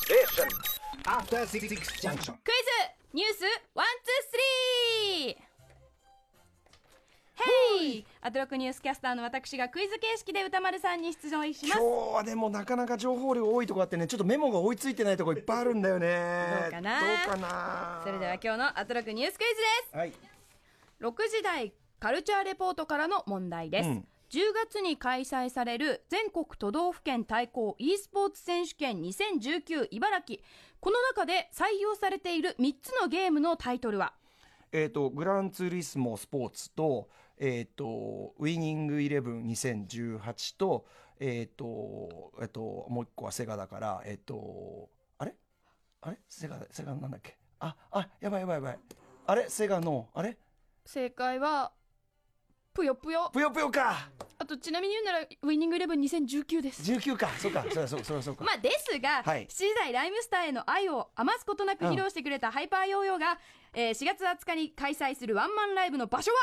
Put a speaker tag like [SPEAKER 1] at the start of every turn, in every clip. [SPEAKER 1] Station. After Six Six Junction.
[SPEAKER 2] クイズニュースワンツースリーヘイアトロックニュースキャスターの私がクイズ形式で歌丸さんに出場しま
[SPEAKER 3] 今
[SPEAKER 2] す
[SPEAKER 3] 日はでもなかなか情報量多いとこあってねちょっとメモが追いついてないとこいっぱいあるんだよね
[SPEAKER 2] どうかな
[SPEAKER 3] どうかな
[SPEAKER 2] それでは今日のアトロックニュースクイズです
[SPEAKER 3] はい
[SPEAKER 2] 6時台カルチャーレポートからの問題です、
[SPEAKER 3] うん
[SPEAKER 2] 10月に開催される全国都道府県対抗 e スポーツ選手権2019茨城この中で採用されている3つのゲームのタイトルは
[SPEAKER 3] えっ、とグランツーリスモスポーツとえっ、とウイニングイレブン2018とえっ、とえっ、ともう一個はセガだからえっ、とあれあれセガセガなんだっけああやばいやばいやばいあれセガのあれ
[SPEAKER 2] 正解はぷよぷよ
[SPEAKER 3] ぷよぷよか
[SPEAKER 2] あとちなみに言うならウイニングイレブン2019です
[SPEAKER 3] 19かそうかそりゃそうそりゃそうか、
[SPEAKER 2] まあですが、
[SPEAKER 3] はい
[SPEAKER 2] 7時台ライムスターへの愛を余すことなく披露してくれたハイパーヨーヨーが、えー4月20日に開催するワンマンライブの場所は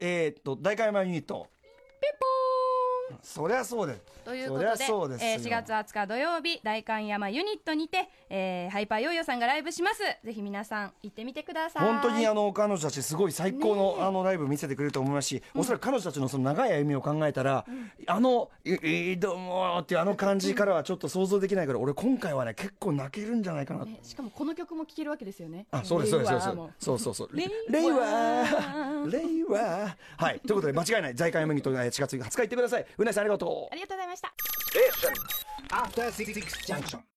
[SPEAKER 3] えっ、と大会山ユニット
[SPEAKER 2] ピンポーン
[SPEAKER 3] そりゃそうです
[SPEAKER 2] ということで
[SPEAKER 3] そりゃそうですよ
[SPEAKER 2] えー4月20日土曜日代官山ユニットにて、えーハイパーヨーヨーさんがライブしますぜひ皆さん行ってみてください
[SPEAKER 3] 本当にあの彼女たちすごい最高のあのライブ見せてくれると思いますし、おそらく彼女たちのその長い歩みを考えたら、あの「いいいどうも」っていうあの感じからはちょっと想像できないから俺今回はね結構泣けるんじゃないかな、
[SPEAKER 2] ねしかもこの曲も聴けるわけですよね
[SPEAKER 3] あそうですそうですそ
[SPEAKER 2] 令
[SPEAKER 3] う
[SPEAKER 2] 和
[SPEAKER 3] です
[SPEAKER 2] も
[SPEAKER 3] そうそうそう
[SPEAKER 2] 令
[SPEAKER 3] 令
[SPEAKER 2] 和
[SPEAKER 3] 和令和はいということで間違いない在海麦とえー4月20日行ってくださいうなえさんありがとう
[SPEAKER 2] ありがとうございました
[SPEAKER 1] Station. After Six Six Junction.